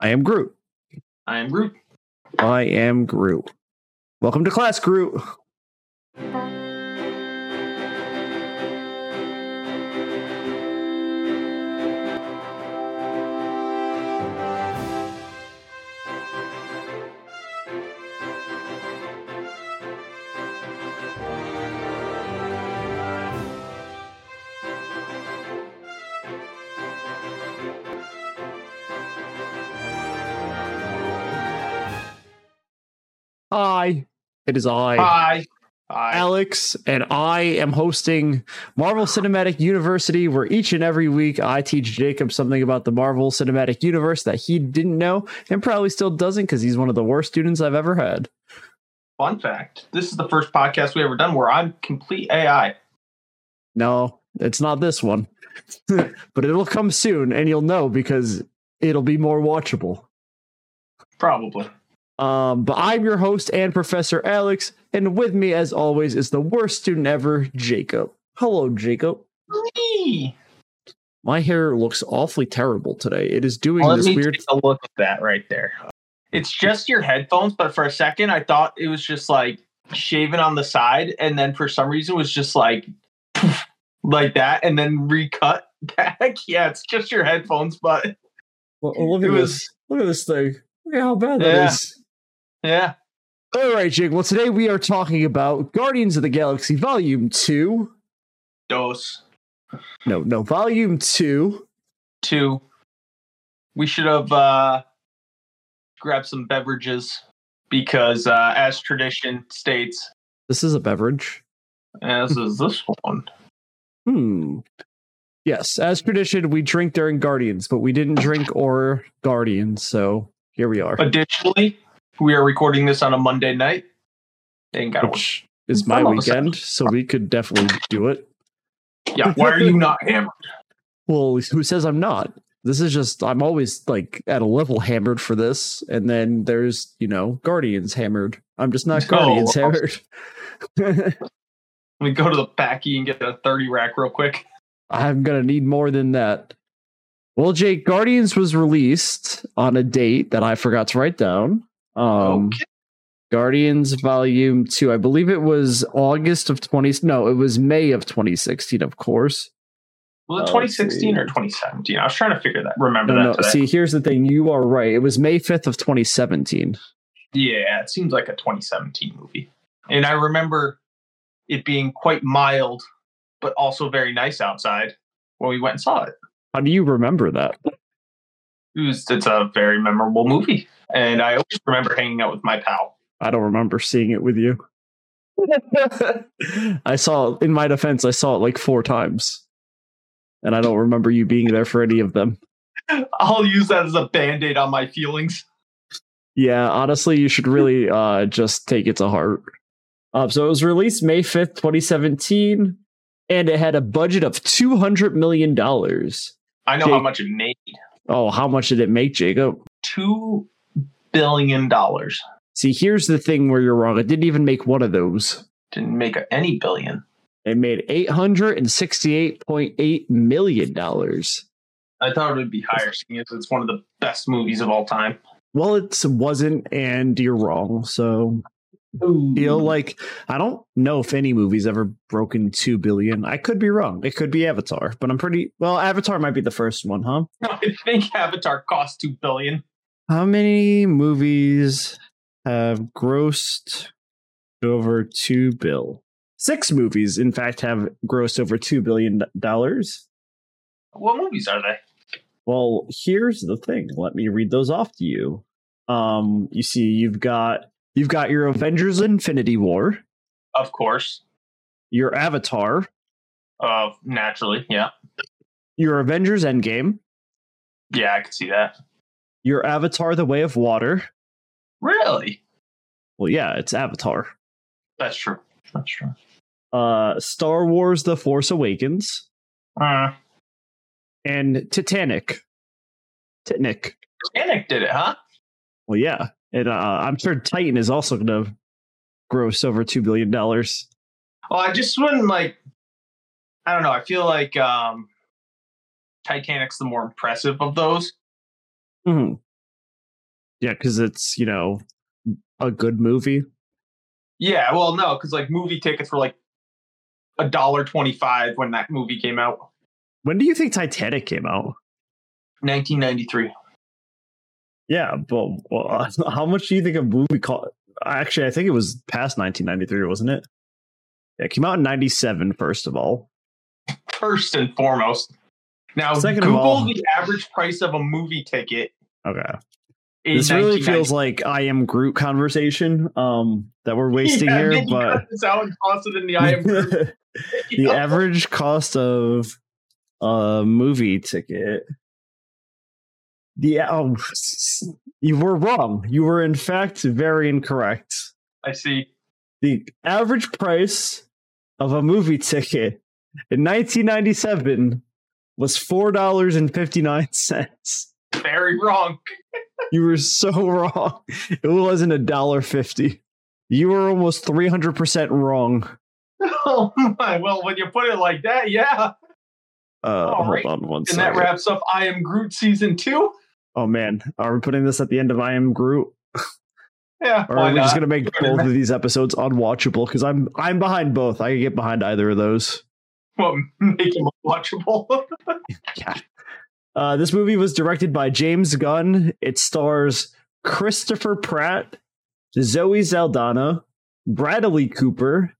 I am Groot. I am Groot. I am Groot. Welcome to class, Groot. Hi, it is I, Hi. Hi. Alex, and I am hosting Marvel Cinematic University, where each and every week I teach Jacob something about the Marvel Cinematic Universe that he didn't know and probably still doesn't because he's one of the worst students I've ever had. Fun fact: This is the first podcast we ever done where I'm complete AI. No, it's not this one, but it'll come soon and you'll know because it'll be more watchable. Probably. Um, but I'm your host and Professor Alex, and with me, as always, is the worst student ever, Jacob. Hello, Jacob. Me. My hair looks awfully terrible today. It is doing Let this me weird. take a look at that right there. It's just your headphones, but for a second I thought it was just like shaven on the side, and then for some reason was just like like that, and then recut back. yeah, it's just your headphones, but Well, look it at was- this. Look at this thing. Look at how bad that is. Yeah. yeah. All right, Jake. Well, today we are talking about Guardians of the Galaxy Volume Two. Dose No, no, Volume Two. two. We should have uh grabbed some beverages because uh as tradition states, This is a beverage. as is this one. Hmm. Yes, as tradition, we drink during Guardians, but we didn't drink or Guardians, so here we are. Additionally, we are recording this on a Monday night. Ain't got to which is my Some of us weekend, so we could definitely do it. Yeah, why are you not hammered? Well, who says I'm not? This is just I'm always like at a level hammered for this, and then there's you know Guardians hammered. I'm just not No. Guardians hammered. Let me go to the backy and get a 30 rack real quick. I'm gonna need more than that. Well, Jake, Guardians was released on a date that I forgot to write down. Um, Okay. Guardians Volume Two, I believe it was August of twenty. No, it was May of 2016, of course. Was it uh, let's 2016 see. or 2017? I was trying to figure that. Remember No, no. that today. See, here's the thing. You are right. It was May 5th of 2017. Yeah, it seems like a 2017 movie. And I remember it being quite mild, but also very nice outside when we went and saw it. How do you remember that? It was, it's a very memorable movie. And I always remember hanging out with my pal. I don't remember seeing it with you. I saw in my defense, I saw it like four times. And I don't remember you being there for any of them. I'll use that as a band aid on my feelings. Yeah, honestly, you should really uh just take it to heart. Uh, so it was released May 5th, 2017, and it had a budget of two hundred million dollars. I know Jake- how much it made. Oh, how much did it make, Jacob? two billion dollars. See, here's the thing where you're wrong. It didn't even make one of those. Didn't make any billion. It made eight hundred and sixty-eight point eight million dollars. I thought it would be higher, seeing as it's one of the best movies of all time. Well, it wasn't, and you're wrong. So feel like I don't know if any movie's ever broken two billion. I could be wrong. It could be Avatar, but I'm pretty well. Avatar might be the first one, huh? I think Avatar cost two billion. How many movies have grossed over two bill? Six movies, in fact, have grossed over two billion dollars. What movies are they? Well, here's the thing. Let me read those off to you. Um, you see, you've got you've got your Avengers: Infinity War, Of course, your Avatar, uh, naturally, yeah, your Avengers: Endgame, yeah, I could see that. your Avatar: The Way of Water. Really, Well, yeah, it's Avatar. that's true. That's true. Uh, Star Wars: The Force Awakens Uh, and Titanic. Titanic. Titanic did it, huh? Well, yeah, and uh, I'm sure Titan is also going to gross over two billion dollars. Well, Oh, I just wouldn't like. I don't know. I feel like um, Titanic's the more impressive of those. Mm-hmm. Yeah, because it's you know a good movie. Yeah, well, no, because like movie tickets were like a dollar twenty-five when that movie came out, When do you think Titanic came out? nineteen ninety-three. Yeah, but well, how much do you think a movie called? Actually, I think it was past 1993, wasn't it? Yeah, it came out in 97, first of all. First and foremost. Now, Second of Google all- the average price of a movie ticket. Okay. In this really feels 1990. like I am Groot conversation um, that we're wasting Yeah, here, then you but cut this out and toss it in the I am Groot. the average cost of a movie ticket. The oh, you were wrong. You were in fact very incorrect. I see. The average price of a movie ticket in 1997 was four dollars and fifty nine cents. Very wrong. You were so wrong. It wasn't a dollar fifty. You were almost three hundred percent wrong. Oh my! Well, when you put it like that, yeah. Uh, All hold Oh, right. on one And second. that wraps up I Am Groot season two. oh man, are we putting this at the end of I Am Groot? Yeah, Or why are we just not? gonna make Put it both in of these episodes unwatchable? Because I'm I'm behind both. I can get behind either of those. Well, make him watchable. Uh, this movie was directed by James Gunn. It stars Christopher Pratt, Zoe Saldana, Bradley Cooper,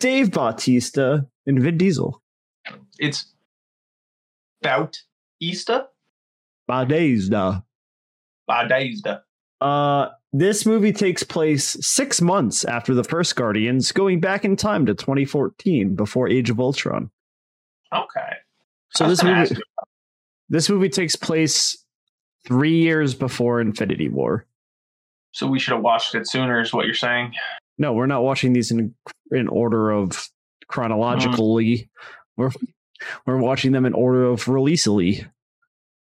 Dave Bautista, and Vin Diesel. it's Bautista? Bautista. Bautista. Uh, this movie takes place six months after the first Guardians, going back in time to 2014 before Age of Ultron. Okay. So I was this gonna movie, ask this movie takes place three years before Infinity War. So we should have watched it sooner, is what you're saying. No, we're not watching these in in order of chronologically. We're we're watching them in order of releasally.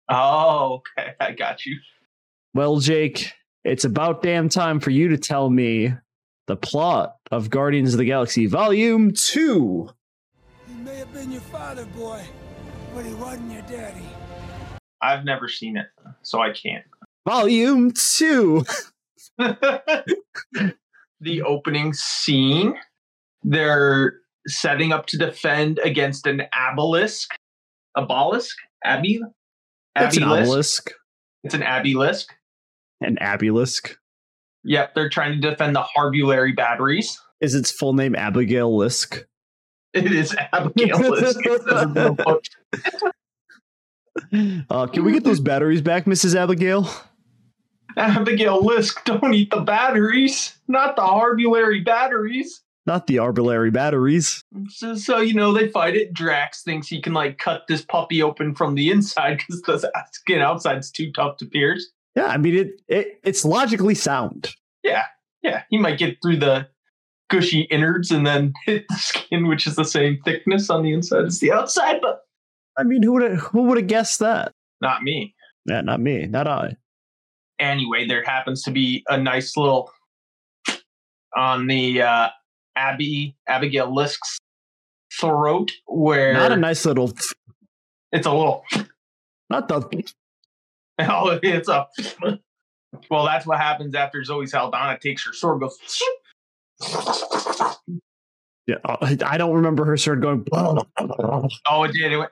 Oh, okay. I got you. Well, Jake, it's about damn time for you to tell me the plot of Guardians of the Galaxy Volume Two. He may have been your father, boy, but he wasn't your daddy. I've never seen it, so I can't. Volume two. the opening scene, they're setting up to defend against an obelisk. Obelisk? Abbey? That's an Abbey-lisk? obelisk. It's an obelisk. An obelisk. Yep, they're trying to defend the Harbulary batteries. Is its full name Abigail Lisk? It is Abigailisk. It says in the book. Uh, can we get those batteries back, Mrs. Abigail? Abigail Lisk, don't eat the batteries, not the Harbulary batteries. Not the arbilary batteries. So, so, you know, they fight it. Drax thinks he can, like, cut this puppy open from the inside because the skin outside's too tough to pierce. Yeah, I mean it. it it's logically sound. Yeah, he might get through the gushy innards and then hit the skin, which is the same thickness on the inside as the outside, but I mean, who would who would have guessed that? not me. Yeah, not me. Not I. anyway, there happens to be a nice little on the uh, Abby Abigail Lisk's throat where Not a nice little. it's a little Not the. oh it's a well that's what happens after Zoe Saldana takes her sword and goes Yeah, I I don't remember her sword going. oh it did it went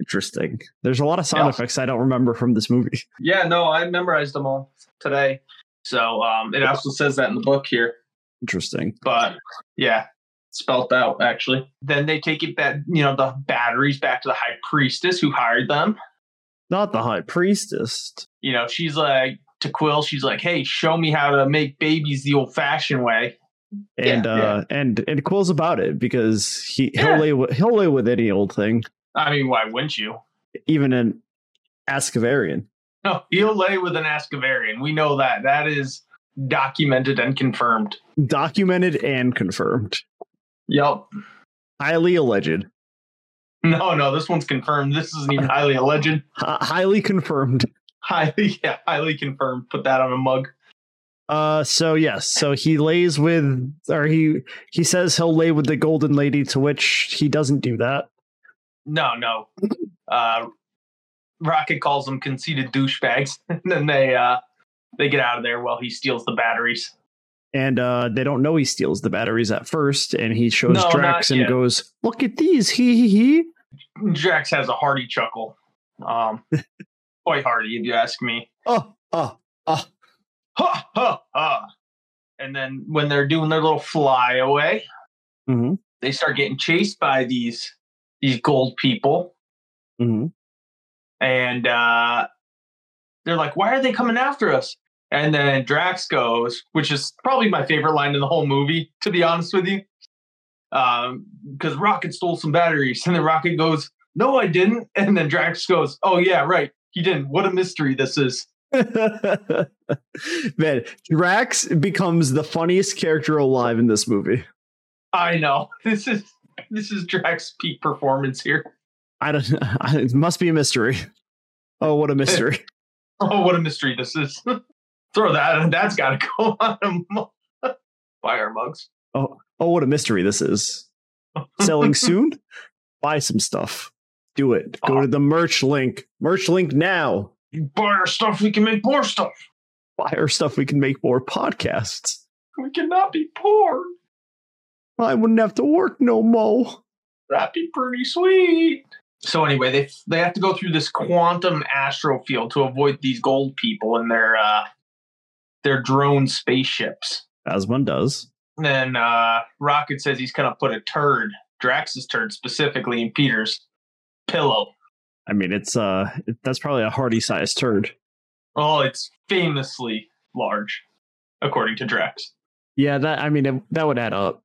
Interesting. There's a lot of sound Yeah. effects I don't remember from this movie. yeah no I memorized them all today so um, it also says that in the book here Interesting. but yeah, spelt out actually. Then they take it back, you know, the batteries back to the high priestess who hired them. Not the high priestess. You know, she's like to Quill, she's like, "Hey, show me how to make babies the old-fashioned way." and Yeah, uh and and quill's about it because he he'll Yeah. lay with, he'll lay with any old thing I mean, why wouldn't you? even an ascavarian No, he'll lay with an Ascavarian. We know that. That is documented and confirmed. documented and confirmed Yep. highly alleged No, no, this one's confirmed. This isn't even highly alleged. Hi- highly confirmed Highly, yeah, highly confirmed. Put that on a mug. uh so yes so he lays with or he he says he'll lay with the golden lady to which he doesn't do that No, no. Uh, Rocket calls them conceited douchebags, and then they uh they get out of there while he steals the batteries. and uh, they don't know he steals the batteries at first. And he shows No, Drax not and yet. goes, "Look at these, he he he." Drax has a hearty chuckle. Um quite hearty if you ask me. Oh, oh, oh. Ha ha ha. And then when they're doing their little flyaway, hmm they start getting chased by these these gold people hmm and uh they're like why are they coming after us and then drax goes which is probably my favorite line in the whole movie to be honest with you um because rocket stole some batteries and then rocket goes no i didn't and then drax goes oh yeah right he didn't what a mystery this is mm-hmm. Man, Drax becomes the funniest character alive in this movie. i know this is this is drax peak performance here I don't. It must be a mystery. Oh, what a mystery! Oh, what a mystery this is. Throw that. That's got to go on a mug. Fire mugs. Oh, oh, what a mystery this is. Selling soon. Buy some stuff. Do it. Go to the merch link. Merch link now. You buy our stuff, we can make more stuff. Buy our stuff. We can make more podcasts. We cannot be poor. I wouldn't have to work no more. That'd be pretty sweet. So anyway, they they have to go through this quantum astro field to avoid these gold people and their uh, their drone spaceships. As one does. And then uh, Rocket says he's gonna put a turd, Drax's turd specifically, in Peter's pillow. I mean, it's uh, it, that's probably a hearty sized turd. Oh, it's famously large, according to Drax. Yeah, that I mean, it, that would add up.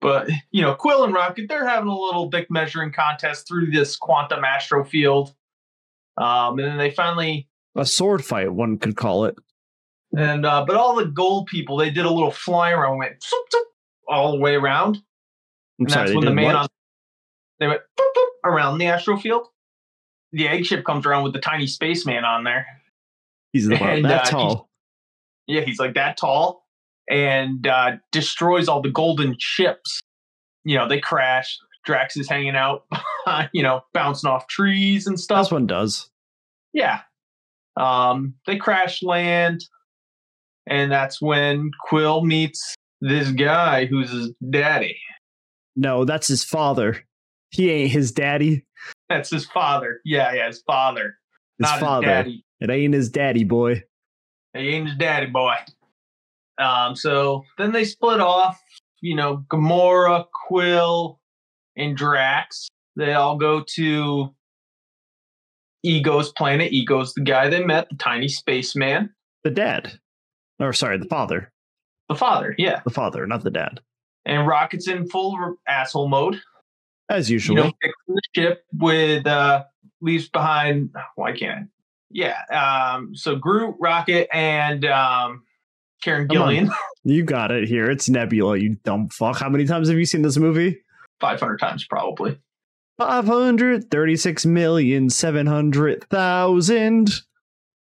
But you know, Quill and Rocket, they're having a little dick measuring contest through this quantum astro field. Um, and then they finally A sword fight, one could call it. and uh, but all the gold people, they did a little fly around, went zoop, zoop, all the way around. I'm and sorry, that's they when the did man what? on they went boop, boop, around the astro field. The egg ship comes around with the tiny spaceman on there. He's about and, that uh, he- tall. Yeah, he's like that tall and uh, destroys all the golden chips. You know, they crash. Drax is hanging out, you know, bouncing off trees and stuff. As one does. Yeah. Um, they crash land, and that's when Quill meets this guy who's his daddy. No, that's his father. He ain't his daddy. That's his father. Yeah, yeah, his father. His not father. his daddy. It ain't his daddy, boy. He ain't his daddy boy. Um, so then they split off, you know, Gamora, Quill, and Drax. They all go to Ego's planet. Ego's the guy they met, the tiny spaceman. The dad. Or sorry, the father. The father, yeah. The father, not the dad. And Rocket's in full r- asshole mode. As you usual. know, fixing the ship with uh leaves behind why can't I? yeah um so groot rocket and um karen Come on. gillian you got it here. It's Nebula, you dumb fuck. How many times have you seen this movie? 500 times probably Five hundred thirty-six million seven hundred thousand.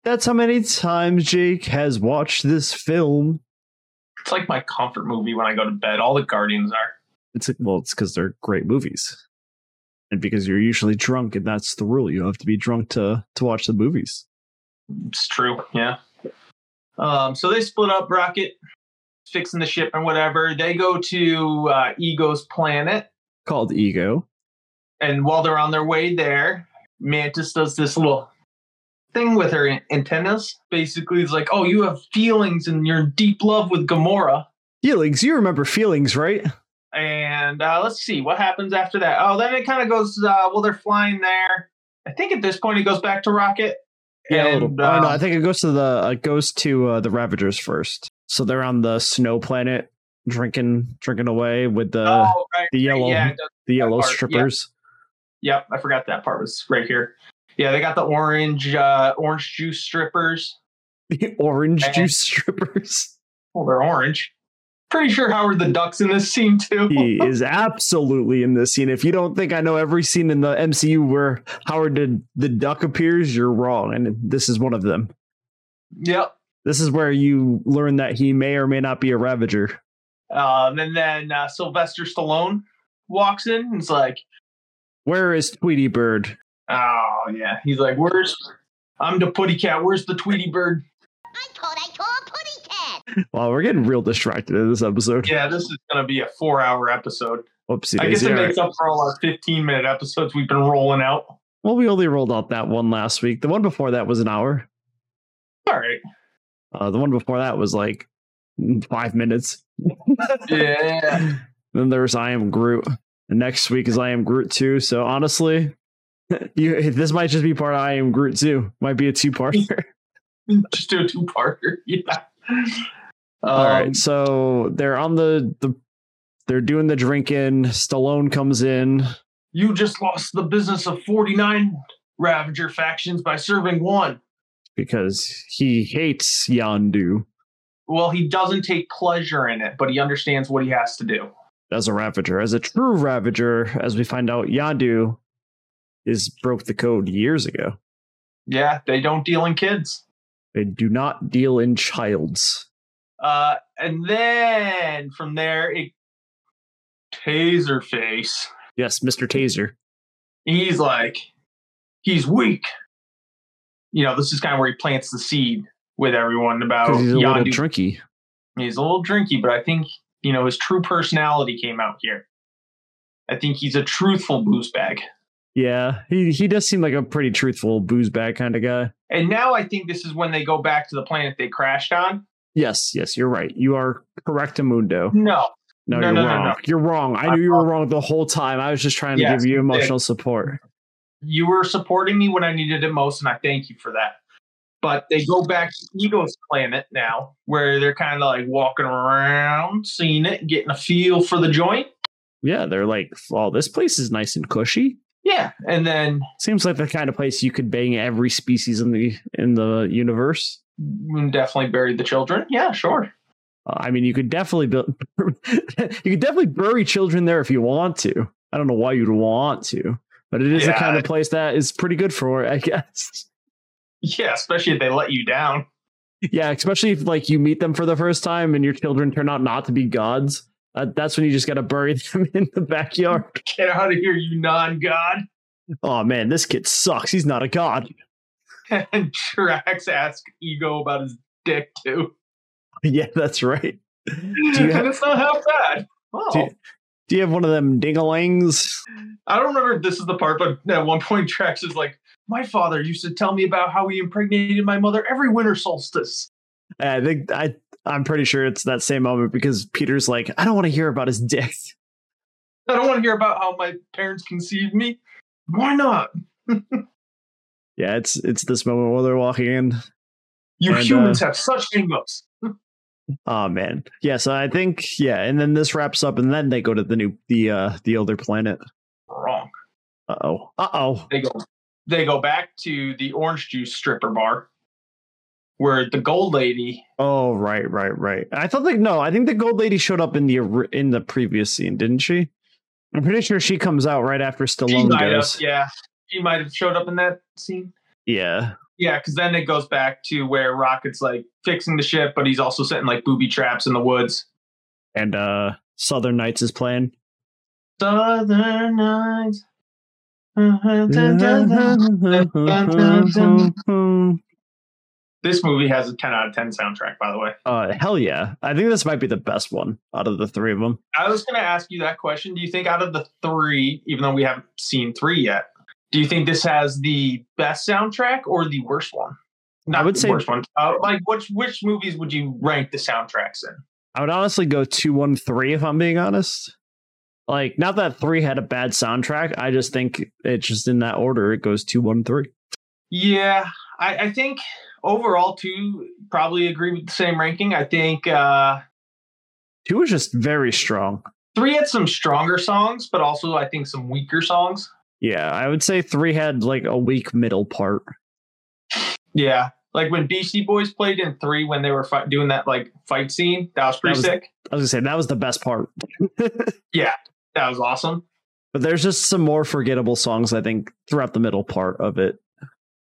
That's how many times Jake has watched this film. it's like my comfort movie when i go to bed all the guardians are It's well, it's because they're great movies, and because you're usually drunk, and that's the rule. You have to be drunk to to watch the movies. it's true yeah um so they split up rocket fixing the ship and whatever they go to uh ego's planet Called Ego. and while they're on their way there, Mantis does this little thing with her an- antennas. Basically, it's like, oh, you have feelings and you're in deep love with Gamora. Feelings. You remember feelings, right? And uh, let's see what happens after that. Oh, then it kind of goes. Uh, well, they're flying there. I think at this point it goes back to Rocket. a little- And, I don't know. uh, I think it goes to the it goes to uh, the Ravagers first. So they're on the snow planet, drinking drinking away with the oh, right, the right, yellow yeah, it does- the yellow part, yeah. strippers. yep. I forgot that part was right here. Yeah, they got the orange uh, orange juice strippers. the orange And- juice strippers. Well, they're orange. Pretty sure Howard the Duck's in this scene too. He is absolutely in this scene. If you don't think I know every scene in the MCU where Howard the, the Duck appears, you're wrong. And this is one of them. Yep. This is where you learn that he may or may not be a Ravager. Um, and then uh, Sylvester Stallone walks in and is like, Where is Tweety Bird? Oh yeah, he's like, "Where's I'm the putty cat? Where's the Tweety bird?" I thought I saw a putty cat. Wow, we're getting real distracted in this episode. Yeah, this is gonna be a four-hour episode. Whoopsie I guess daisy. it All right. makes up for all our 15-minute episodes we've been rolling out. Well, we only rolled out that one last week. The one before that was an hour. All right. Uh, the one before that was like mm, five minutes. Yeah. Then there's I am Groot. And next week is I am Groot too. So honestly, you this might just be part of I am Groot too. Might be a two parter. Just do a two-parter. Yeah. All right, Um, so they're on the the they're doing the drinking. Stallone comes in. You just lost the business of 49 Ravager factions by serving one. because he hates Yandu Well, he doesn't take pleasure in it, but he understands what he has to do. as a Ravager. As a true Ravager, as we find out, Yandu is broke the code years ago. Yeah, they don't deal in kids. They do not deal in childs. Uh, and then from there, it Taserface. Yes, Mr. Taser. He's like, he's weak. You know, this is kind of where he plants the seed with everyone about Because he's a little Oh, Yondu. drinky. he's a little drinky, but I think you know his true personality came out here. I think he's a truthful booze bag. Yeah, he, he does seem like a pretty truthful booze bag kind of guy. And now I think this is when they go back to the planet they crashed on. Yes, yes, you're right. You are correct, Amundo. No. No, No, you're no, no, wrong. no. You're wrong. I I'm knew you were wrong the whole time. I was just trying to Yes, give you emotional support. You were supporting me when I needed it most, and I thank you for that. But they go back to Ego's planet now, where they're kind of like walking around, seeing it, getting a feel for the joint. Yeah, they're like, oh, this place is nice and cushy. Yeah. And then Seems like the kind of place you could bang every species in the in the universe. definitely bury the children. Yeah, sure. Uh, I mean, you could definitely build, you could definitely bury children there if you want to. I don't know why you'd want to, but it is the Yeah, kind I- of place that is pretty good for it, I guess. Yeah, especially if they let you down. yeah, especially if like you meet them for the first time and your children turn out not to be gods. Uh, that's when you just got to bury them in the backyard. Get out of here, you non god. Oh man, this kid sucks. He's not a god. And Trax asks Ego about his dick, too. yeah, that's right. Do you have- and it's not half bad. Oh. Do you- Do you have one of them dingalangs? I don't remember if this is the part, but at one point, Trax is like, My father used to tell me about how he impregnated my mother every winter solstice. I think I I'm pretty sure it's that same moment because Peter's like, I don't want to hear about his dick. I don't want to hear about how my parents conceived me. Why not? Yeah, it's it's this moment while they're walking in. You And, humans have such angles. Oh man. Yeah, so I think yeah, and then this wraps up and then they go to the new the uh the older planet. Wrong. Uh oh. Uh oh. They go they go back to the orange juice stripper bar where the gold lady Oh right, right, right. I thought like no, I think the gold lady showed up in the or- in the previous scene, didn't she? I'm pretty sure she comes out right after she Stallone might have, goes. yeah. She might have showed up in that scene. yeah. Yeah, because then it goes back to where Rocket's like fixing the ship, but he's also setting like booby traps in the woods. And uh Southern Knights is playing. Southern Nights. Uh-huh, Mm-hmm. uh This movie has a 10 out of 10 soundtrack, by the way. Uh, hell yeah i think this might be the best one out of the three of them I was going to ask you that question. Do you think out of the three, even though we haven't seen three yet, do you think this has the best soundtrack or the worst one? Not would the say- worst one. Uh, like, which which movies would you rank the soundtracks in? i would honestly go two one three if i'm being honest like not that three had a bad soundtrack i just think it's just in that order it goes two one three Yeah, I, I think overall, two probably agree with the same ranking. I think uh, two is just very strong three had some stronger songs, but also I think some weaker songs. yeah i would say three had like a weak middle part Yeah, like when Beastie Boys played in three when they were fight, doing that like fight scene. That was pretty was- sick. i was gonna say that was the best part That was awesome. but there's just some more forgettable songs i think throughout the middle part of it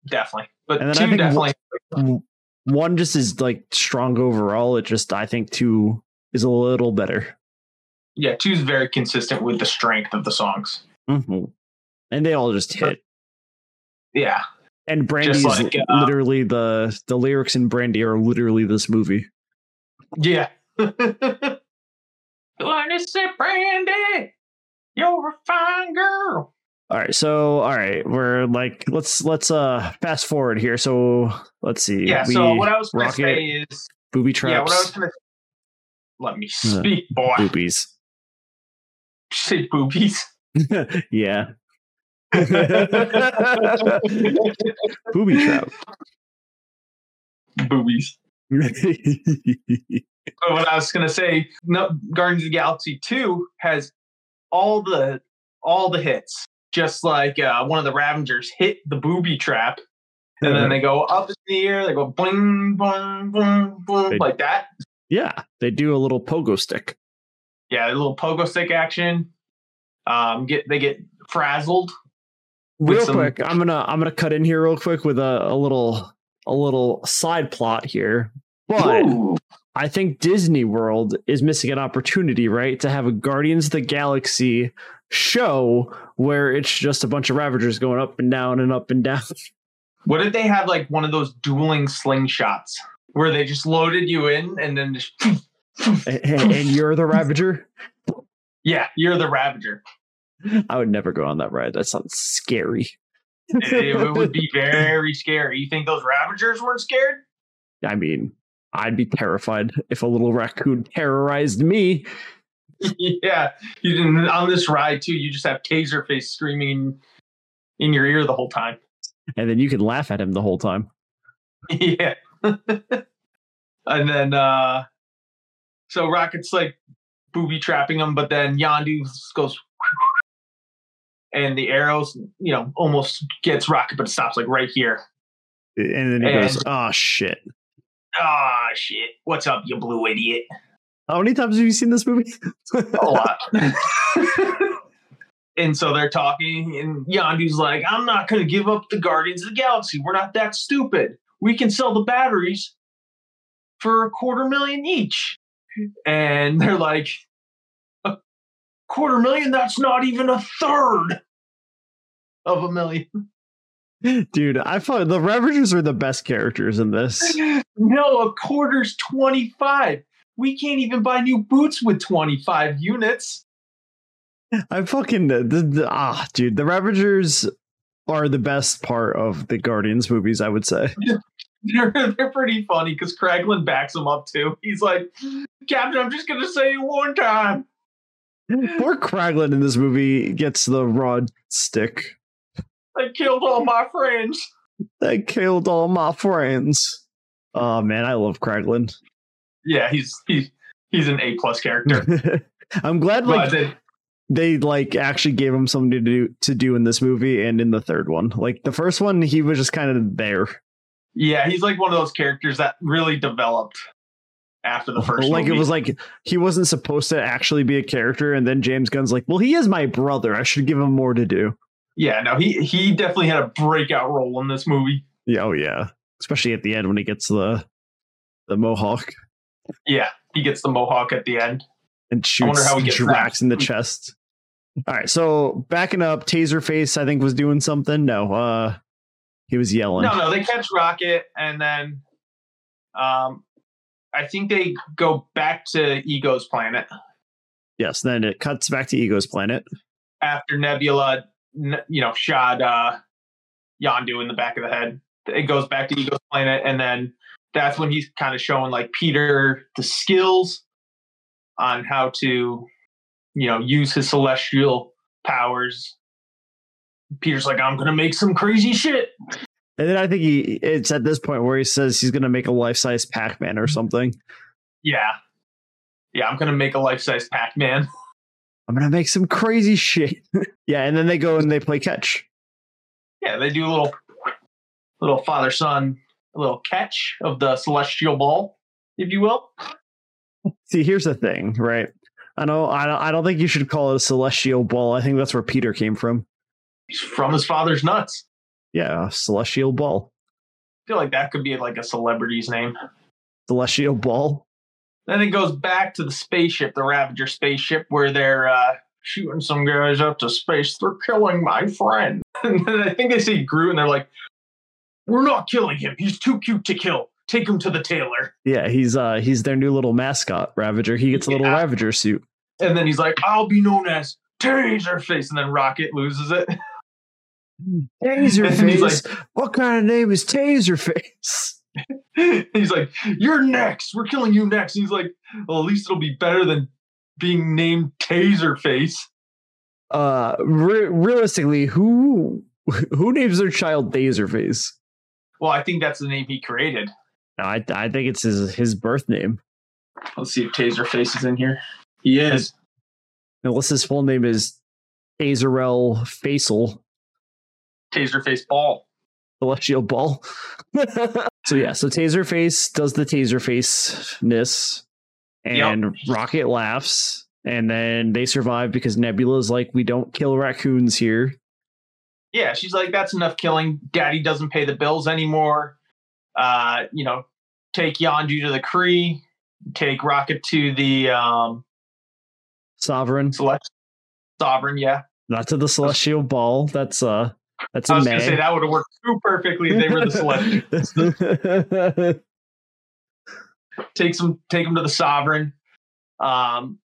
Definitely, but And then I two think definitely. W- one just is like strong overall it just i think two is a little better Yeah, two's Mm-hmm. very consistent with the strength of the songs. Mhm. And they all just hit. Yeah. And Brandy's like, uh, literally the the lyrics in Brandy are literally this movie. Yeah. Want to say, Brandy? You're a fine girl. All right, so all right, we're like let's let's uh fast forward here. So let's see. Yeah. we- so what I was going to rocket say is, booby yeah, what I was traps, going to let me speak, boy. boobies. Say boobies. yeah, booby trap. boobies. But what I was gonna say, no, Guardians of the Galaxy Two has all the all the hits, just like uh, one of the Ravengers hit the booby trap, and then they go up in the air, they go boom, boom, boom, boom, They- like that. yeah, they do a little pogo stick. Yeah, a little pogo stick action. Um, get they get frazzled. With real some- quick i'm gonna i'm gonna cut in here real quick with a, a little a little side plot here but Ooh. i think disney world is missing an opportunity right to have a guardians of the galaxy show where it's just a bunch of ravagers going up and down and up and down What if they had like one of those dueling slingshots where they just loaded you in and then just and, and you're the ravager yeah, you're the Ravager. i would never go on that ride that sounds scary it, it would be very scary. You think those Ravagers weren't scared? i mean i'd be terrified if a little raccoon terrorized me yeah. You didn't on this ride too. You just have Taserface screaming in your ear the whole time. and then you can laugh at him the whole time yeah. and then uh so Rocket's like booby trapping him, but then Yandu goes and the arrows, you know, almost gets Rocket, but it stops like right here. and then he And- goes oh shit Ah, shit. What's up, you blue idiot? How many times have you seen this movie? a lot. and so they're talking, and Yandu's like, I'm not going to give up the Guardians of the Galaxy. We're not that stupid. We can sell the batteries for a quarter million each. And they're like, a quarter million? That's not even a third of a million. Dude, I thought the Ravagers are the best characters in this. No, a quarter's 25. We can't even buy new boots with 25 units. I fucking the, the- ah, dude, the Ravagers are the best part of the Guardians movies, I would say. they're, they're pretty funny because Kraglin backs him up too. He's like, Captain, I'm just gonna say it one time. Poor Kraglin in this movie gets the rod stick I killed all my friends. that killed all my friends. Oh man, I love Kraglin. Yeah, he's he's he's an A plus character. I'm glad But like then, they like actually gave him something to do to do in this movie and in the third one. Like the first one, he was just kind of there. yeah, he's like one of those characters that really developed after the first. like movie. it was like he wasn't supposed to actually be a character and then james gunn's like well he is my brother i should give him more to do yeah, no, he he definitely had a breakout role in this movie. yeah oh yeah especially at the end when he gets the the mohawk Yeah, he gets the mohawk at the end. and wonder shoots how he gets drax that. in the chest all right so backing up taserface i think was doing something no uh he was yelling No, no, they catch Rocket and then, um, I think they go back to Ego's planet. yes then it cuts back to ego's planet after Nebula, n- you know, shot uh, Yondu in the back of the head. It goes back to Ego's planet, and then that's when he's kind of showing like Peter the skills on how to, you know, use his celestial powers. Peter's like, I'm gonna make some crazy shit. and then i think he it's at this point where he says he's gonna make a life-size pac-man or something Yeah, yeah, I'm gonna make a life size Pac Man. i'm gonna make some crazy shit yeah and then they go and they play catch Yeah, they do a little, little father son, little catch of the celestial ball, if you will. See, here's the thing, right? I know I don't, I don't think you should call it a celestial ball. I think that's where Peter came from. He's from his father's nuts. Yeah, a celestial ball. I feel like that could be like a celebrity's name. Celestial ball. Then it goes back to the spaceship, the Ravager spaceship, where they're uh, shooting some guys out to space. They're killing my friend. And then I think they see Groot and they're like, we're not killing him. He's too cute to kill. Take him to the tailor. Yeah, he's uh he's their new little mascot, Ravager. He gets a little Yeah. Ravager suit. And then he's like, I'll be known as Taserface. And then Rocket loses it. And he's Taserface. what kind of name is Taserface? he's like, You're next. We're killing you next. He's like, Well, at least it'll be better than being named Taserface. Uh, re- realistically, who who names their child Taserface? Well, I think that's the name he created. No, I I think it's his his birth name. Let's see if Taserface is in here. He is. Unless his full name is Azarel Faisal Taserface Ball. Celestial Ball. so yeah, so Taserface does the Taserface-ness, and Rocket laughs, and then they survive because Nebula's like, "We don't kill raccoons here." yeah, she's like, that's enough killing. Daddy doesn't pay the bills anymore. Uh, you know, take Yondu to the Kree, take Rocket to the um, Sovereign, Select Sovereign. Yeah, not to the Celestial Ball. That's uh, that's I a was May. gonna say that would have worked too perfectly if they were the Celestial. Celestial. Take them, take them to the Sovereign. Um,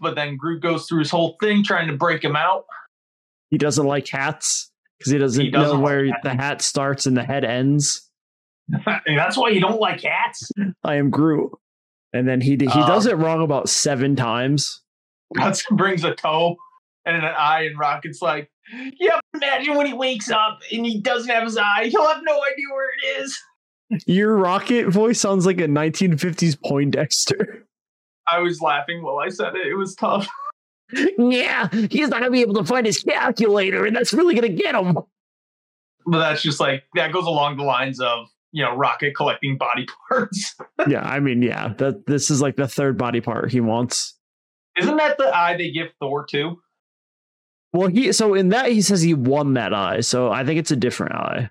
but then Groot goes through his whole thing trying to break him out. he doesn't like hats because he doesn't, He doesn't know like where the hat starts and the head ends. And that's why you don't like hats. I am Groot. And then he he does Um, it wrong about seven times. Guts brings a toe and an eye, and Rocket's like, "Yep." Imagine when he wakes up and he doesn't have his eye; he'll have no idea where it is. Your rocket voice sounds like a 1950s Poindexter. I was laughing while I said it. It was tough. yeah, he's not gonna be able to find his calculator, and that's really gonna get him. But that's just like that goes along the lines of you know Rocket collecting body parts. yeah, I mean, yeah, that this is like the third body part he wants. Isn't that the eye they give Thor to? Well, he so in that he says he won that eye, so I think it's a different eye.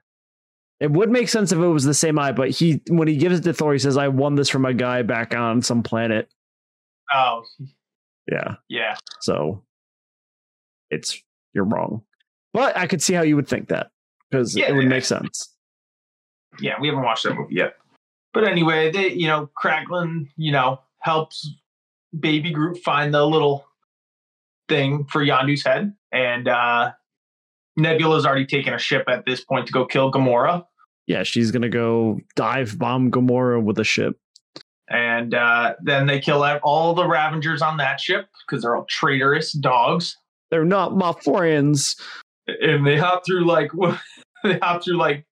It would make sense if it was the same eye, but he when he gives it to Thor, he says, "I won this from a guy back on some planet." Oh Yeah, yeah, So it's you're wrong. But I could see how you would think that because Yeah, it would yeah. make sense. yeah. We haven't watched that movie yet. But anyway, they you know Cracklin you know helps Baby Groot find the little thing for Yondu's head, and uh Nebula's already taken a ship at this point to go kill Gamora. Yeah, she's gonna go dive bomb Gamora with a ship. And uh, then they kill all the Ravengers on that ship because they're all traitorous dogs. They're not my friends. and they hop through like they hop through like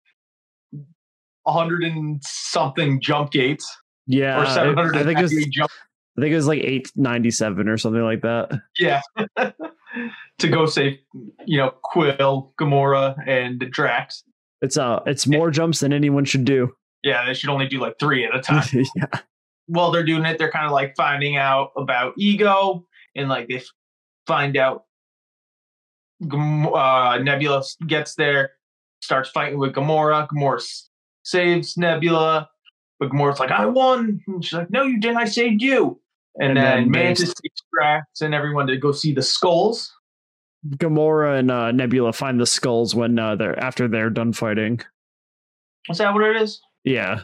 a hundred and something jump gates Yeah, or seven hundred. Uh, I, I think it's I jump. think it was like eight ninety seven or something like that. Yeah, to go save you know Quill, Gamora, and Drax. It's uh, it's more jumps than anyone should do. Yeah, they should only do like three at a time. yeah. While they're doing it, they're kind of like finding out about ego and like they f- find out. Gam- uh, Nebula s- gets there, starts fighting with Gamora. Gamora s- saves Nebula, but Gamora's like, "I won." And she's like, "No, you didn't. I saved you." And, And then, then they- Mantis takes Drax and everyone to go see the skulls. Gamora and uh, Nebula find the skulls when uh, they're after they're done fighting. Is that what it is? Yeah.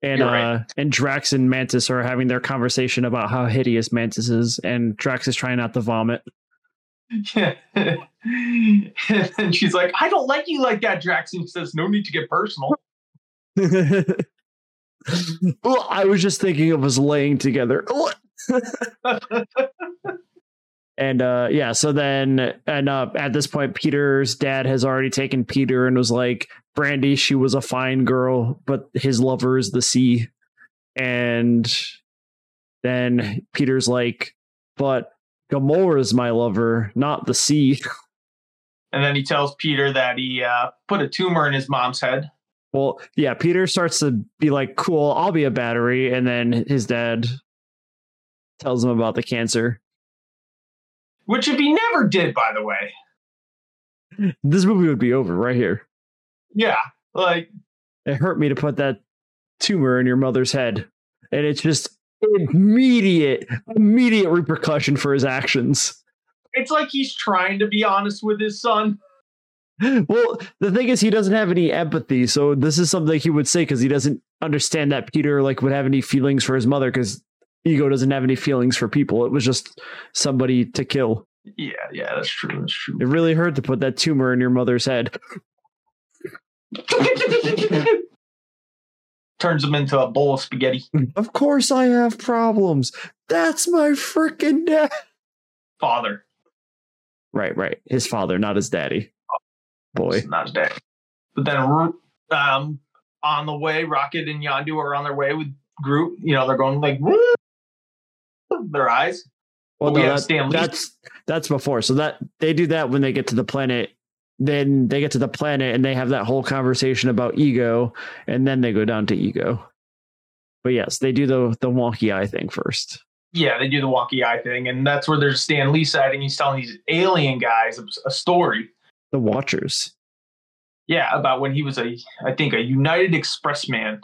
And You're right. uh and Drax and Mantis are having their conversation about how hideous Mantis is, and Drax is trying not to vomit. Yeah. and she's like, "I don't like you like that." Drax and she says, "No need to get personal." well, I was just thinking of us laying together. and uh yeah, so then and uh at this point Peter's dad has already taken Peter and was like, Brandy, she was a fine girl, but his lover is the sea. And then Peter's like, but Gamora's my lover, not the sea. And then he tells Peter that he uh, put a tumor in his mom's head. Well, yeah, Peter starts to be like, cool, I'll be a battery. And then his dad tells him about the cancer. Which, if he never did, by the way, This movie would be over right here. yeah, like It hurt me to put that tumor in your mother's head. And it's just immediate, immediate repercussion for his actions. It's like he's trying to be honest with his son. Well, the thing is, he doesn't have any empathy. So this is something he would say because he doesn't understand that Peter like would have any feelings for his mother because ego doesn't have any feelings for people. It was just somebody to kill. Yeah, yeah, that's true. That's true. It really hurt to put that tumor in your mother's head. Turns him into a bowl of spaghetti. Of course, I have problems. That's my freaking dad. Father. Right, right. His father, not his daddy. Boy, It's not his dad. But then um on the way, Rocket and Yandu are on their way with Groot. You know, they're going like "Woo!" their eyes. well, we no, have that- Stan Lee. that's that's before. So that they do that when they get to the planet. Then they get to the planet and they have that whole conversation about ego, and then they go down to ego. But yes, they do the the wonky eye thing first. Yeah, they do the walkie eye thing, and that's where there's Stan Lee side, and he's telling these alien guys a, a story. The Watchers Yeah, about when he was a, I think, a United Express man.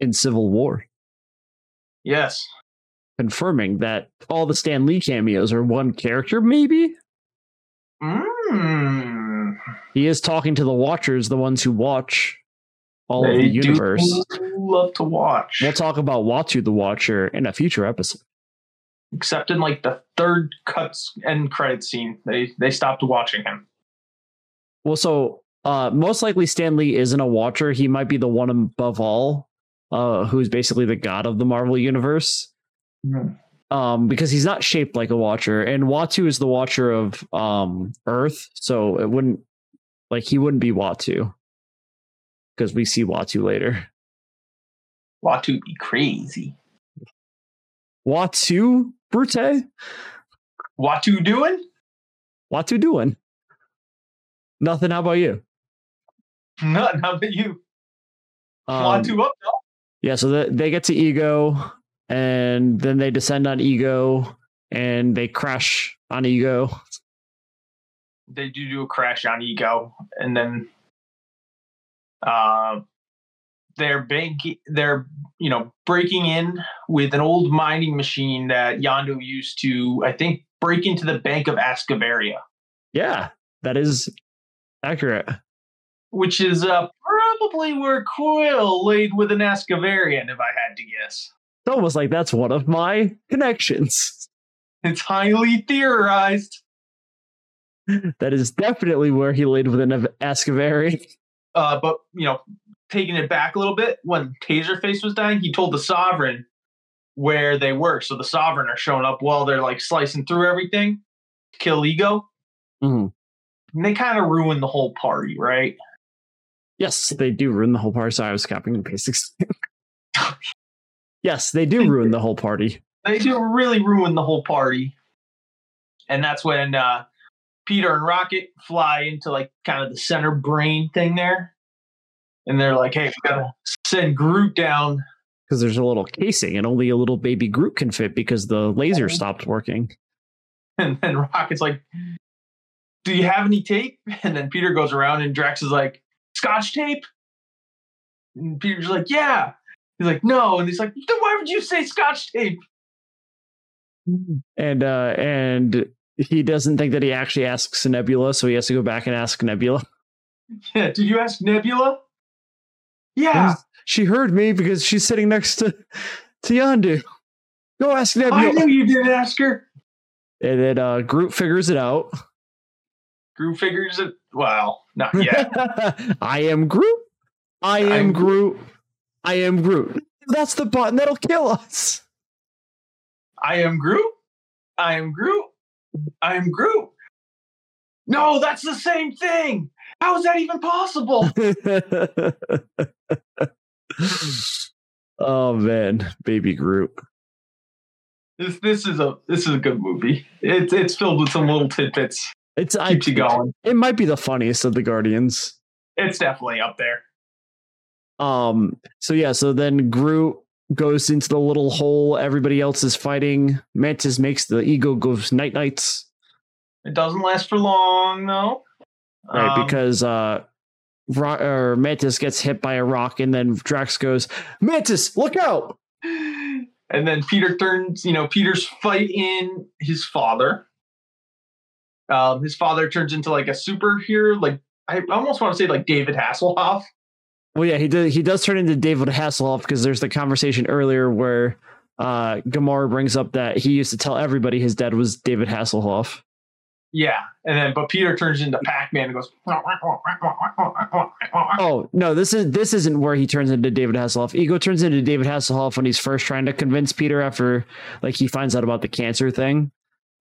in Civil War, Yes, confirming that all the Stan Lee cameos are one character. Maybe Mm. he is talking to the Watchers, the ones who watch all of the They do universe. love to watch, We'll talk about Watu the Watcher in a future episode. except in like the third cuts end credit scene. They they stopped watching him. Well, so uh, most likely Stanley isn't a Watcher. He might be the one above all, uh, who's basically the god of the Marvel universe, um, because he's not shaped like a Watcher. And Watu is the Watcher of um, Earth, so it wouldn't like he wouldn't be Watu because we see Watu later. Watu be crazy. Watu Brute, Watu doing Watu doing nothing. How about you? nothing. How about you? Um, Watu up? No. Yeah, so the, they get to Ego, and then they descend on Ego, and they crash on Ego. They do do a crash on ego, and then uh, they're bank they're you know breaking in with an old mining machine that Yondu used to, I think, break into the bank of Ascavaria. Yeah, that is accurate. which is uh, probably where Coil laid with an Ascavarian, if I had to guess. It's almost like that's one of my connections. It's highly theorized. That is definitely where he laid with an Av- Ascavary. Uh, but, you know, taking it back a little bit, when Taserface was dying, he told the Sovereign where they were. So the Sovereign are showing up while they're like slicing through everything to kill Ego. Mhm. And they kind of ruin the whole party, right? Yes, they do ruin the whole party. Sorry, I was copying and pasting. yes, they do ruin the whole party. they do really ruin the whole party. And that's when uh, Peter and Rocket fly into like kind of the center brain thing there. And they're like, hey, we gotta send Groot down. Because there's a little casing and only a little baby Groot can fit because the laser stopped working. And then Rocket's like, do you have any tape? And then Peter goes around and Drax is like, scotch tape? And Peter's like, yeah. He's like, no. And he's like, then why would you say scotch tape? and uh and he doesn't think that he actually asks nebula so he has to go back and ask nebula Yeah, did you ask Nebula? Yeah. she heard me because she's sitting next to to yandu go ask I nebula knew you didn't ask her. and then uh groot figures it out Groot figures it. Well, not yet. i am groot i am I'm groot i am groot that's the button that'll kill us I am Groot. I am Groot. I am Groot. No, that's the same thing. How is that even possible? oh man baby groot this this is a this is a good movie. It's it's filled with some little tidbits. it's i Keeps you going. it might be the funniest of the guardians It's definitely up there. Um. So yeah. So then Groot goes into the little hole. Everybody else is fighting. Mantis makes the ego goes night nights. It doesn't last for long though. Right. Um, because uh, Ro- or Mantis gets hit by a rock, and then Drax goes, "Mantis, look out!" and then Peter turns. You know, Peter's fight in his father. Um, his father turns into like a superhero, like I almost want to say like David Hasselhoff. Well, yeah, he does. He does turn into David Hasselhoff because there's the conversation earlier where uh, Gamora brings up that he used to tell everybody his dad was David Hasselhoff. Yeah, and then but Peter turns into Pac Man and goes. Oh no, this is this isn't where he turns into David Hasselhoff. Ego turns into David Hasselhoff when he's first trying to convince Peter after like he finds out about the cancer thing.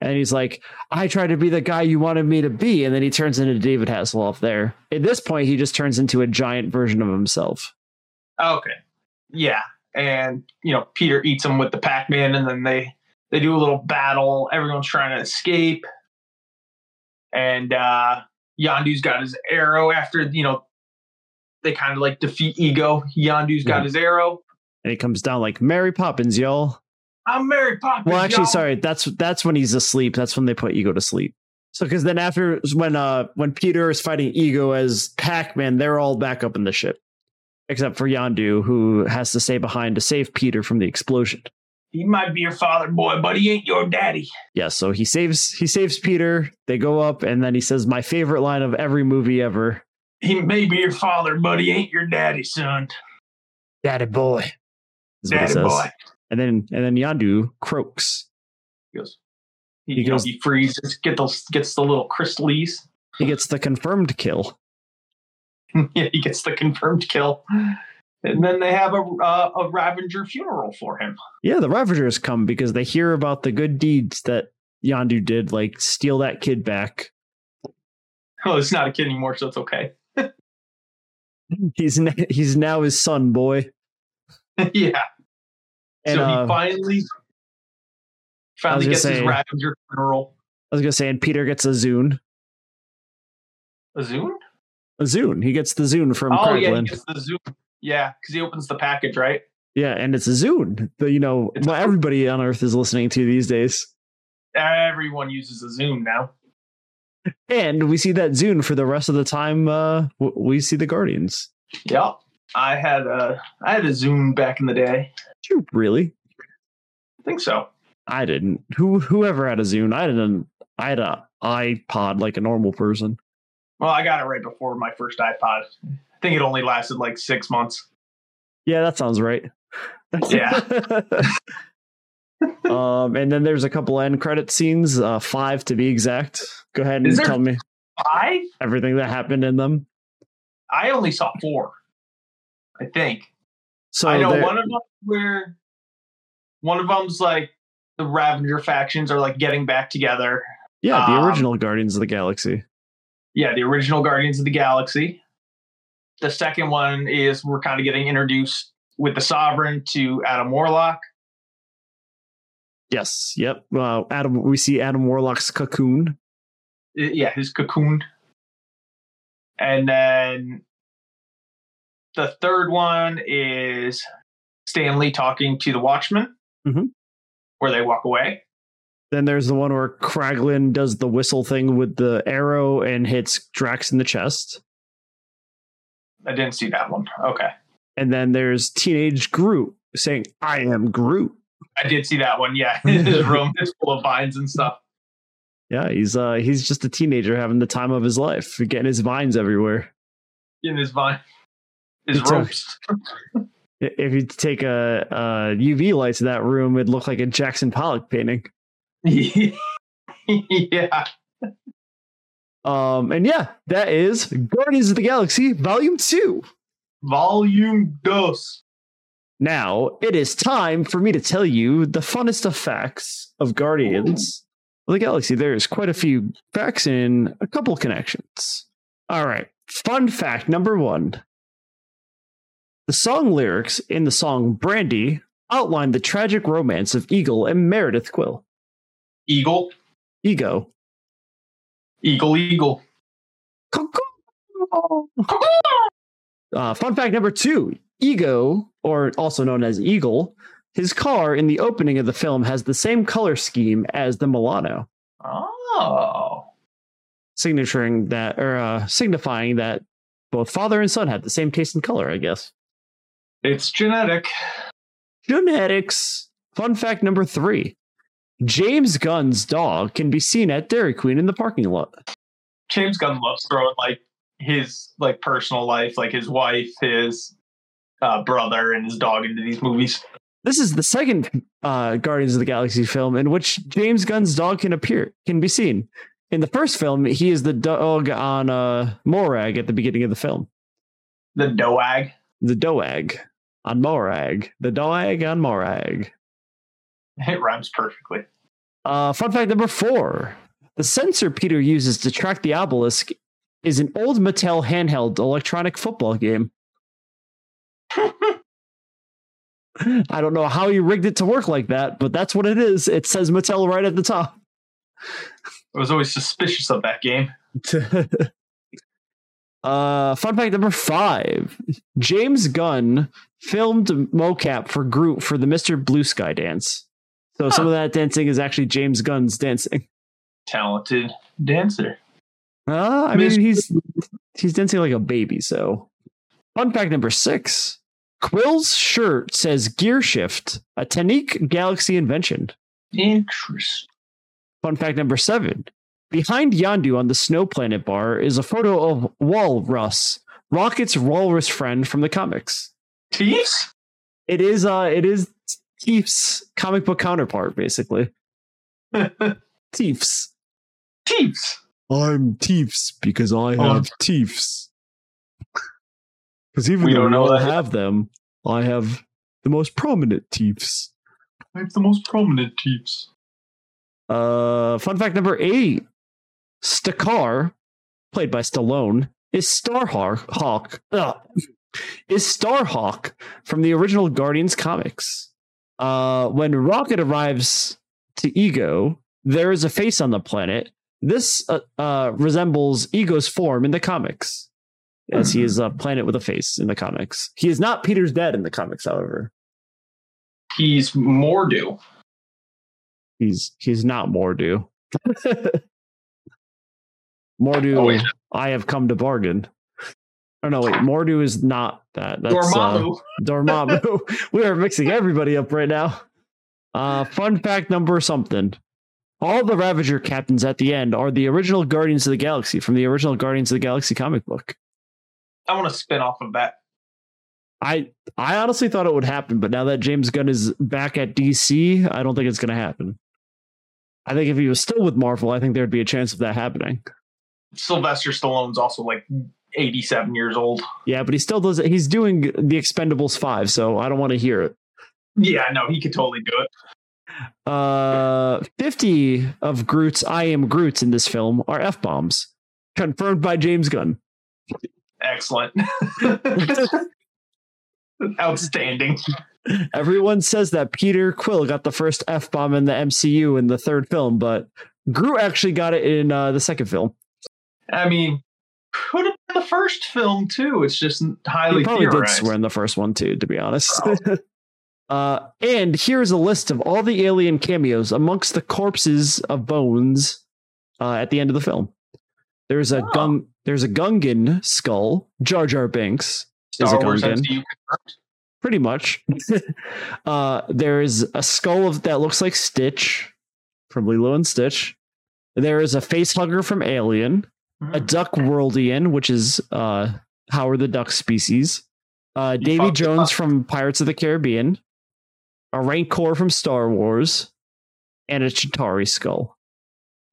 And he's like, I tried to be the guy you wanted me to be. And then he turns into David Hasselhoff there. At this point, he just turns into a giant version of himself. Okay, yeah, and you know Peter eats him with the Pac Man, and then they they do a little battle. Everyone's trying to escape, and uh Yandu's got his arrow. After you know, they kind of like defeat Ego. Yandu's got Mhm. his arrow. And he comes down like Mary Poppins, y'all. I'm Mary Poppins. Well, actually, y'all. sorry. That's that's when he's asleep. That's when they put Ego to sleep. So, because then after when uh when Peter is fighting Ego as Pac Man, they're all back up in the ship, except for Yandu, who has to stay behind to save Peter from the explosion. He might be your father, boy, but he ain't your daddy. Yeah, so he saves he saves Peter. They go up, and then he says, "My favorite line of every movie ever, He may be your father, but he ain't your daddy, son. Daddy boy." is what he Daddy says. boy. And then and then Yandu croaks. He goes. He, He you know, goes- he freezes. Get those. Gets the little crystallese. He gets the confirmed kill. yeah, he gets the confirmed kill, and then they have a uh, a Ravenger funeral for him. Yeah, the Ravagers come because they hear about the good deeds that Yandu did, like steal that kid back. Well, it's not a kid anymore, so it's okay. He's n- he's now his son, boy. yeah. And so uh, he finally finally gonna gets his say- Ravenger funeral. I was gonna say, and Peter gets a Zune. A Zune? A Zune. He gets the Zune from Oh yeah, he Kraglin. gets the Zune. Yeah, because he opens the package, right? Yeah, and it's a Zune. The, you know, It's- what everybody on Earth is listening to these days. Everyone uses a Zune now. And we see that Zune for the rest of the time uh, w- we see the Guardians. Yep. I had a I had a Zune back in the day. Did you really? I think so. I didn't. Who whoever had a Zune? I didn't. I had a iPod like a normal person. Well, I got it right before my first iPod. I think it only lasted like six months. Yeah, that sounds right. Yeah. um, and then there's a couple end credit scenes, uh, five to be exact. Go ahead and Is there- tell me Five? everything that happened in them. I only saw four. I think. So I know Oh, there- one of them where one of them's like the Ravenger factions are like getting back together. yeah, the um, original Guardians of the Galaxy. Yeah, the original Guardians of the Galaxy. The second one is we're kind of getting introduced with the Sovereign to Adam Warlock. Yes. Yep. Uh, Adam. We see Adam Warlock's cocoon. I- Yeah, his cocoon. And then the third one is Stanley talking to the Watchmen, Mhm. where they walk away. Then there's the one where Kraglin does the whistle thing with the arrow and hits Drax in the chest. I didn't see that one. Okay. And then there's teenage Groot saying, "I am Groot." I did see that one. Yeah, his room is full of vines and stuff. Yeah, he's uh he's just a teenager having the time of his life, getting his vines everywhere. In his vine, his It's a- ropes. I- If you take a, a UV light to that room, it'd look like a Jackson Pollock painting. yeah, Um, and yeah, that is Guardians of the Galaxy Volume Two. volume dos. Now it is time for me to tell you the funnest of facts of Guardians of the Galaxy. There's quite a few facts and a couple connections. All right. Fun fact number one The song lyrics in the song Brandy outline the tragic romance of Eagle and Meredith Quill. Eagle, Ego. eagle, eagle. Uh, fun fact number two Ego, or also known as Eagle, his car in the opening of the film has the same color scheme as the Milano. Oh, signaturing that or uh, signifying that both father and son had the same taste in color, I guess. it's genetic. Genetics. Fun fact number three James Gunn's dog can be seen at Dairy Queen in the parking lot. James Gunn loves throwing like his like personal life, like his wife, his uh, brother, and his dog into these movies. This is the second uh, Guardians of the Galaxy film in which James Gunn's dog can appear, can be seen. In the first film, he is the dog on uh, Morag at the beginning of the film. The Doag. The Doag on Morag. The Doag on Morag. It rhymes perfectly. Uh, fun fact number four the sensor Peter uses to track the obelisk is an old Mattel handheld electronic football game. I don't know how he rigged it to work like that, but that's what it is. It says Mattel right at the top. I was always suspicious of that game. uh, fun fact number five James Gunn filmed mocap for Groot for the Mr. Blue Sky dance. So some of that dancing is actually James Gunn's dancing. Talented dancer. Uh, I mean, he's he's dancing like a baby. So, fun fact number six: Quill's shirt says "Gear Shift," a Tanique Galaxy invention. Interesting. Fun fact number seven: Behind Yandu on the Snow Planet bar is a photo of Walrus, Rocket's walrus friend from the comics. Thieves? It is uh, it is Tief's comic book counterpart, basically. Tief's. Thieves. I'm Tiefs because I Oh. have Tiefs. Because even We though don't we know all that. have them, I have the most prominent Tiefs. I have the most prominent thieves. Uh, fun fact number eight: Stakar, played by Stallone, is Starhawk. Hawk ugh, is Starhawk from the original Guardians comics. Uh, when Rocket arrives to Ego, there is a face on the planet. This uh, uh, resembles Ego's form in the comics, as he is a planet with a face in the comics. He is not Peter's dad in the comics, however. He's Mordu. he's he's not Mordu. Mordu, Oh, wait. I have come to bargain. Oh no, wait, Mordu is not that. That's Dormammu. Dormammu. Uh, Dormammu. we are mixing everybody up right now. Uh, fun fact number something. All the Ravager captains at the end are the original Guardians of the Galaxy from the original Guardians of the Galaxy comic book. I want to spin off of that. I I honestly thought it would happen, but now that James Gunn is back at DC, I don't think it's going to happen. I think if he was still with Marvel, I think there'd be a chance of that happening. Sylvester Stallone's also like 87 years old. Yeah, but he still does it. He's doing the Expendables five, so I don't want to hear it. Yeah, I know. He could totally do it. Uh, fifty of Groot's "I am Groot's" in this film are f bombs, confirmed by James Gunn. Excellent. Outstanding. Everyone says that Peter Quill got the first f bomb in the MCU in the third film, but Groot actually got it in uh, the second film. I mean, could have been the first film too. It's just He highly probably did theorized. swear in the first one too, to be honest. Wow. uh, and here's a list of all the alien cameos amongst the corpses of bones uh, at the end of the film. There's a Oh. gung, there's a Gungan skull, Jar Jar Binks, Is Star it Wars going in? MCU confirmed. pretty much. uh, there is a skull of that looks like Stitch from Lilo and Stitch. There is a face hugger from Alien. Hmm. a duck worldian, which is uh Howard the Duck species. Uh You Davy fucked it Jones up. from Pirates of the Caribbean, a Rancor from Star Wars, and a Chitari skull.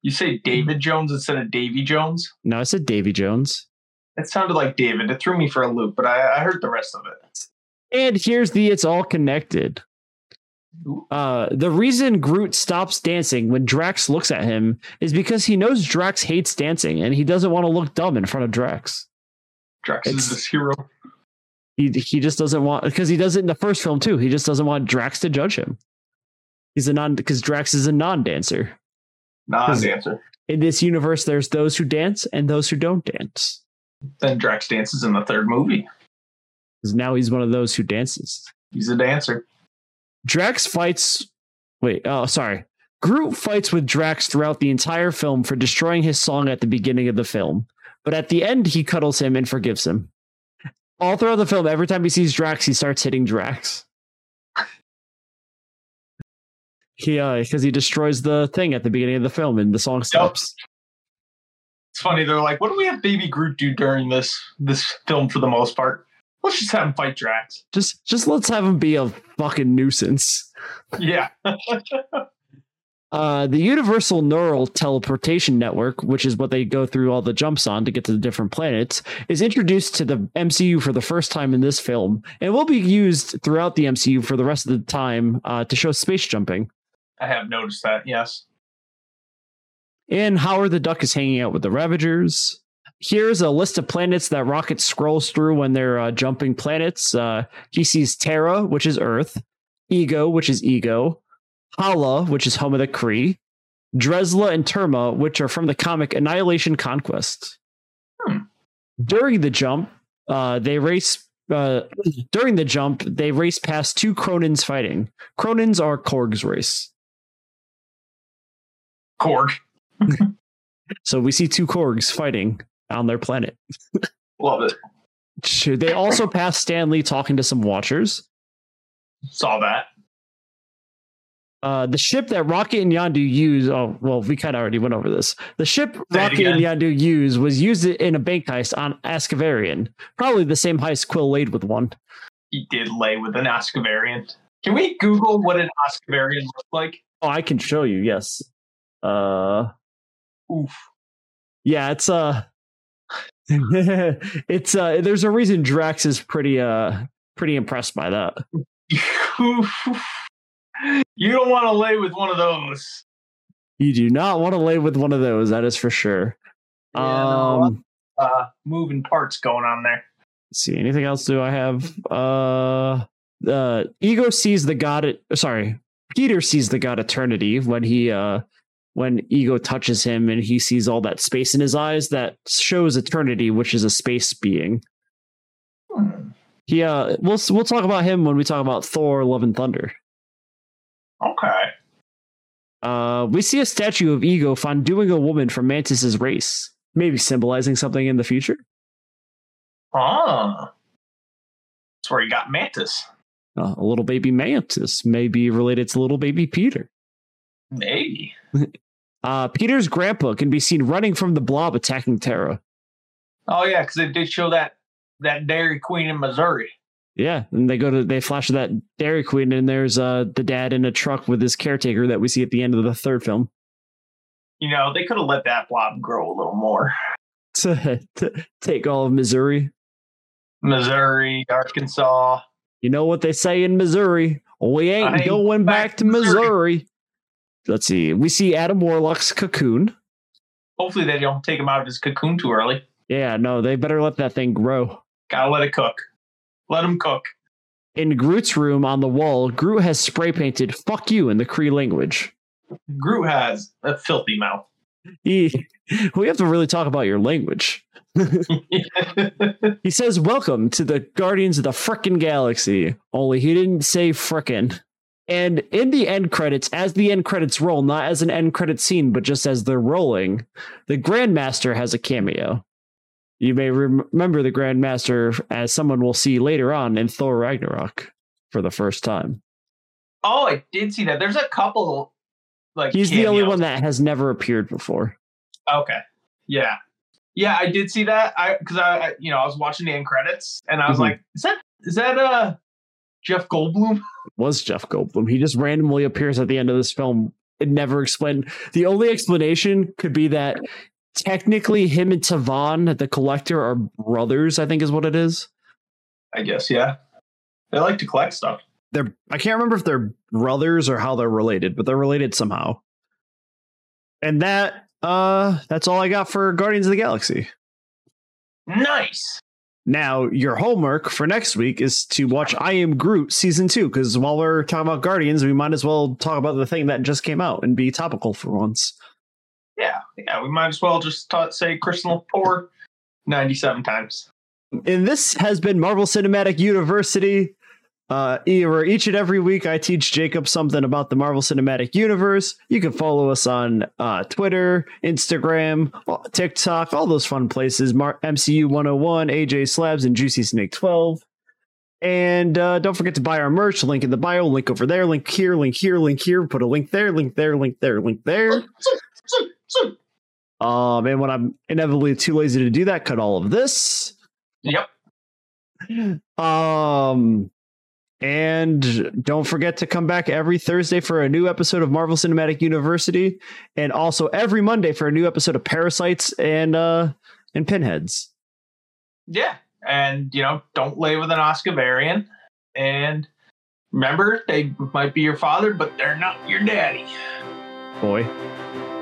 You say David Jones instead of Davy Jones? No, I said Davy Jones. It sounded like David. It threw me for a loop, but I, I heard the rest of it. And here's the it's all connected. Ooh. Uh, the reason Groot stops dancing when Drax looks at him is because he knows Drax hates dancing and he doesn't want to look dumb in front of Drax. Drax It's- is this hero. he he just doesn't want because he does it in the first film too. He just doesn't want Drax to judge him. He's a non because Drax is a non-dancer. Non dancer. In this universe, there's those who dance and those who don't dance. Then Drax dances in the third movie. Because now he's one of those who dances. He's a dancer. Drax fights. Wait, oh sorry. Groot fights with Drax throughout the entire film for destroying his song at the beginning of the film. But at the end, he cuddles him and forgives him. All throughout the film, every time he sees Drax, he starts hitting Drax. He uh because he destroys the thing at the beginning of the film and the song stops. It's funny. They're like, what do we have Baby Groot do during this this film for the most part? Let's just have him fight Drax. Just just let's have him be a fucking nuisance. Yeah. Uh, the Universal Neural Teleportation Network, which is what they go through all the jumps on to get to the different planets, is introduced to the MCU for the first time in this film and will be used throughout the MCU for the rest of the time uh, to show space jumping. I have noticed that, yes. And Howard the Duck is hanging out with the Ravagers. Here's a list of planets that Rocket scrolls through when they're uh, jumping planets. Uh, he sees Terra, which is Earth, Ego, which is Ego, Hala, which is home of the Kree, Dresla and Terma, which are from the comic Annihilation Conquest. Hmm. During the jump, uh, they race. Uh, during the jump, they race past two Cronins fighting. Cronins are Korg's race. Korg. So we see two Korgs fighting on their planet. Love it. Shoot, They also pass Stanley talking to some Watchers. Saw that. Uh, the ship that Rocket and Yandu use. Oh, well, we kind of already went over this. The ship Say it Rocket and Yandu use was used in a bank heist on Ascavarian. Probably the same heist Quill laid with one. He did lay with an Oscavarian. Can we Google what an Oscavarian looks like? Oh, I can show you. Yes. Uh, Oof. yeah, it's uh, it's uh, there's a reason Drax is pretty uh, pretty impressed by that. you don't want to lay with one of those. You do not want to lay with one of those. That is for sure. Yeah, um. no, Uh, moving parts going on there. Let's see anything else do i have uh uh ego sees the god at, sorry peter sees the god eternity when he uh when ego touches him and he sees all that space in his eyes that shows eternity which is a space being Hmm. he uh we'll we'll talk about him when we talk about thor love and thunder Okay. uh we see a statue of ego fonduing a woman from mantis's race maybe symbolizing something in the future Ah. That's where he got Mantis. uh, a little baby mantis may be related to little baby peter Maybe. Uh, Peter's grandpa can be seen running from the blob attacking Terra. Oh yeah, because they did show that that Dairy Queen in Missouri. Yeah, and they go to they flash that Dairy Queen, and there's uh the dad in a truck with his caretaker that we see at the end of the third film. You know, they could have let that blob grow a little more. To, to take all of Missouri, Missouri, Arkansas. you know what they say in Missouri: we ain't I ain't going back, to Missouri. Let's see. We see Adam Warlock's cocoon. Hopefully they don't take him out of his cocoon too early. Yeah, no, they better let that thing grow. Gotta let it cook. Let him cook. In Groot's room on the wall, Groot has spray painted "fuck you" in the Cree language. Groot has a filthy mouth. He, we have to really talk about your language. He says, Welcome to the Guardians of the Frickin' Galaxy. Only he didn't say frickin'. And in the end credits, as the end credits roll, not as an end credit scene, but just as they're rolling, the Grandmaster has a cameo. You may rem- remember the Grandmaster as someone we'll see later on in Thor Ragnarok for the first time. oh, I did see that. There's a couple like He's the only cameos. one that has never appeared before. Okay. Yeah. Yeah, I did see that. I because I, I- you know I was watching the end credits and I was Mhm. like, is that is that uh Jeff Goldblum? Was Jeff Goldblum. He just randomly appears at the end of this film. It never explained. The only explanation could be that technically him and Tavon, the collector, are brothers, I think is what it is. I guess yeah. They like to collect stuff. They're I can't remember if they're brothers or how they're related, but they're related somehow. And that uh that's all I got for Guardians of the Galaxy. Nice. Now, your homework for next week is to watch I Am Groot season two, because while we're talking about Guardians, we might as well talk about the thing that just came out and be topical for once. Yeah, yeah. We might as well just ta say Crystal Poor ninety-seven times. And this has been Marvel Cinematic University. Uh, e- where each and every week, I teach Jacob something about the Marvel Cinematic Universe. You can follow us on uh, Twitter, Instagram, uh, oh TikTok, all those fun places. Mar- MCU 101, AJ Slabs, and Juicy Snake 12. And uh, don't forget to buy our merch. Link in the bio. Link over there. Link here. Link here. Link here. Put a link there. Link there. Link there. Link there. Um, and when I'm inevitably too lazy to do that, cut all of this. Yep. Um, and don't forget to come back every Thursday for a new episode of Marvel Cinematic University, and also every Monday for a new episode of Parasites and uh and Pinheads. Yeah. And, you know, don't lay with an Oscavarian. And remember, they might be your father, but they're not your daddy. Boy.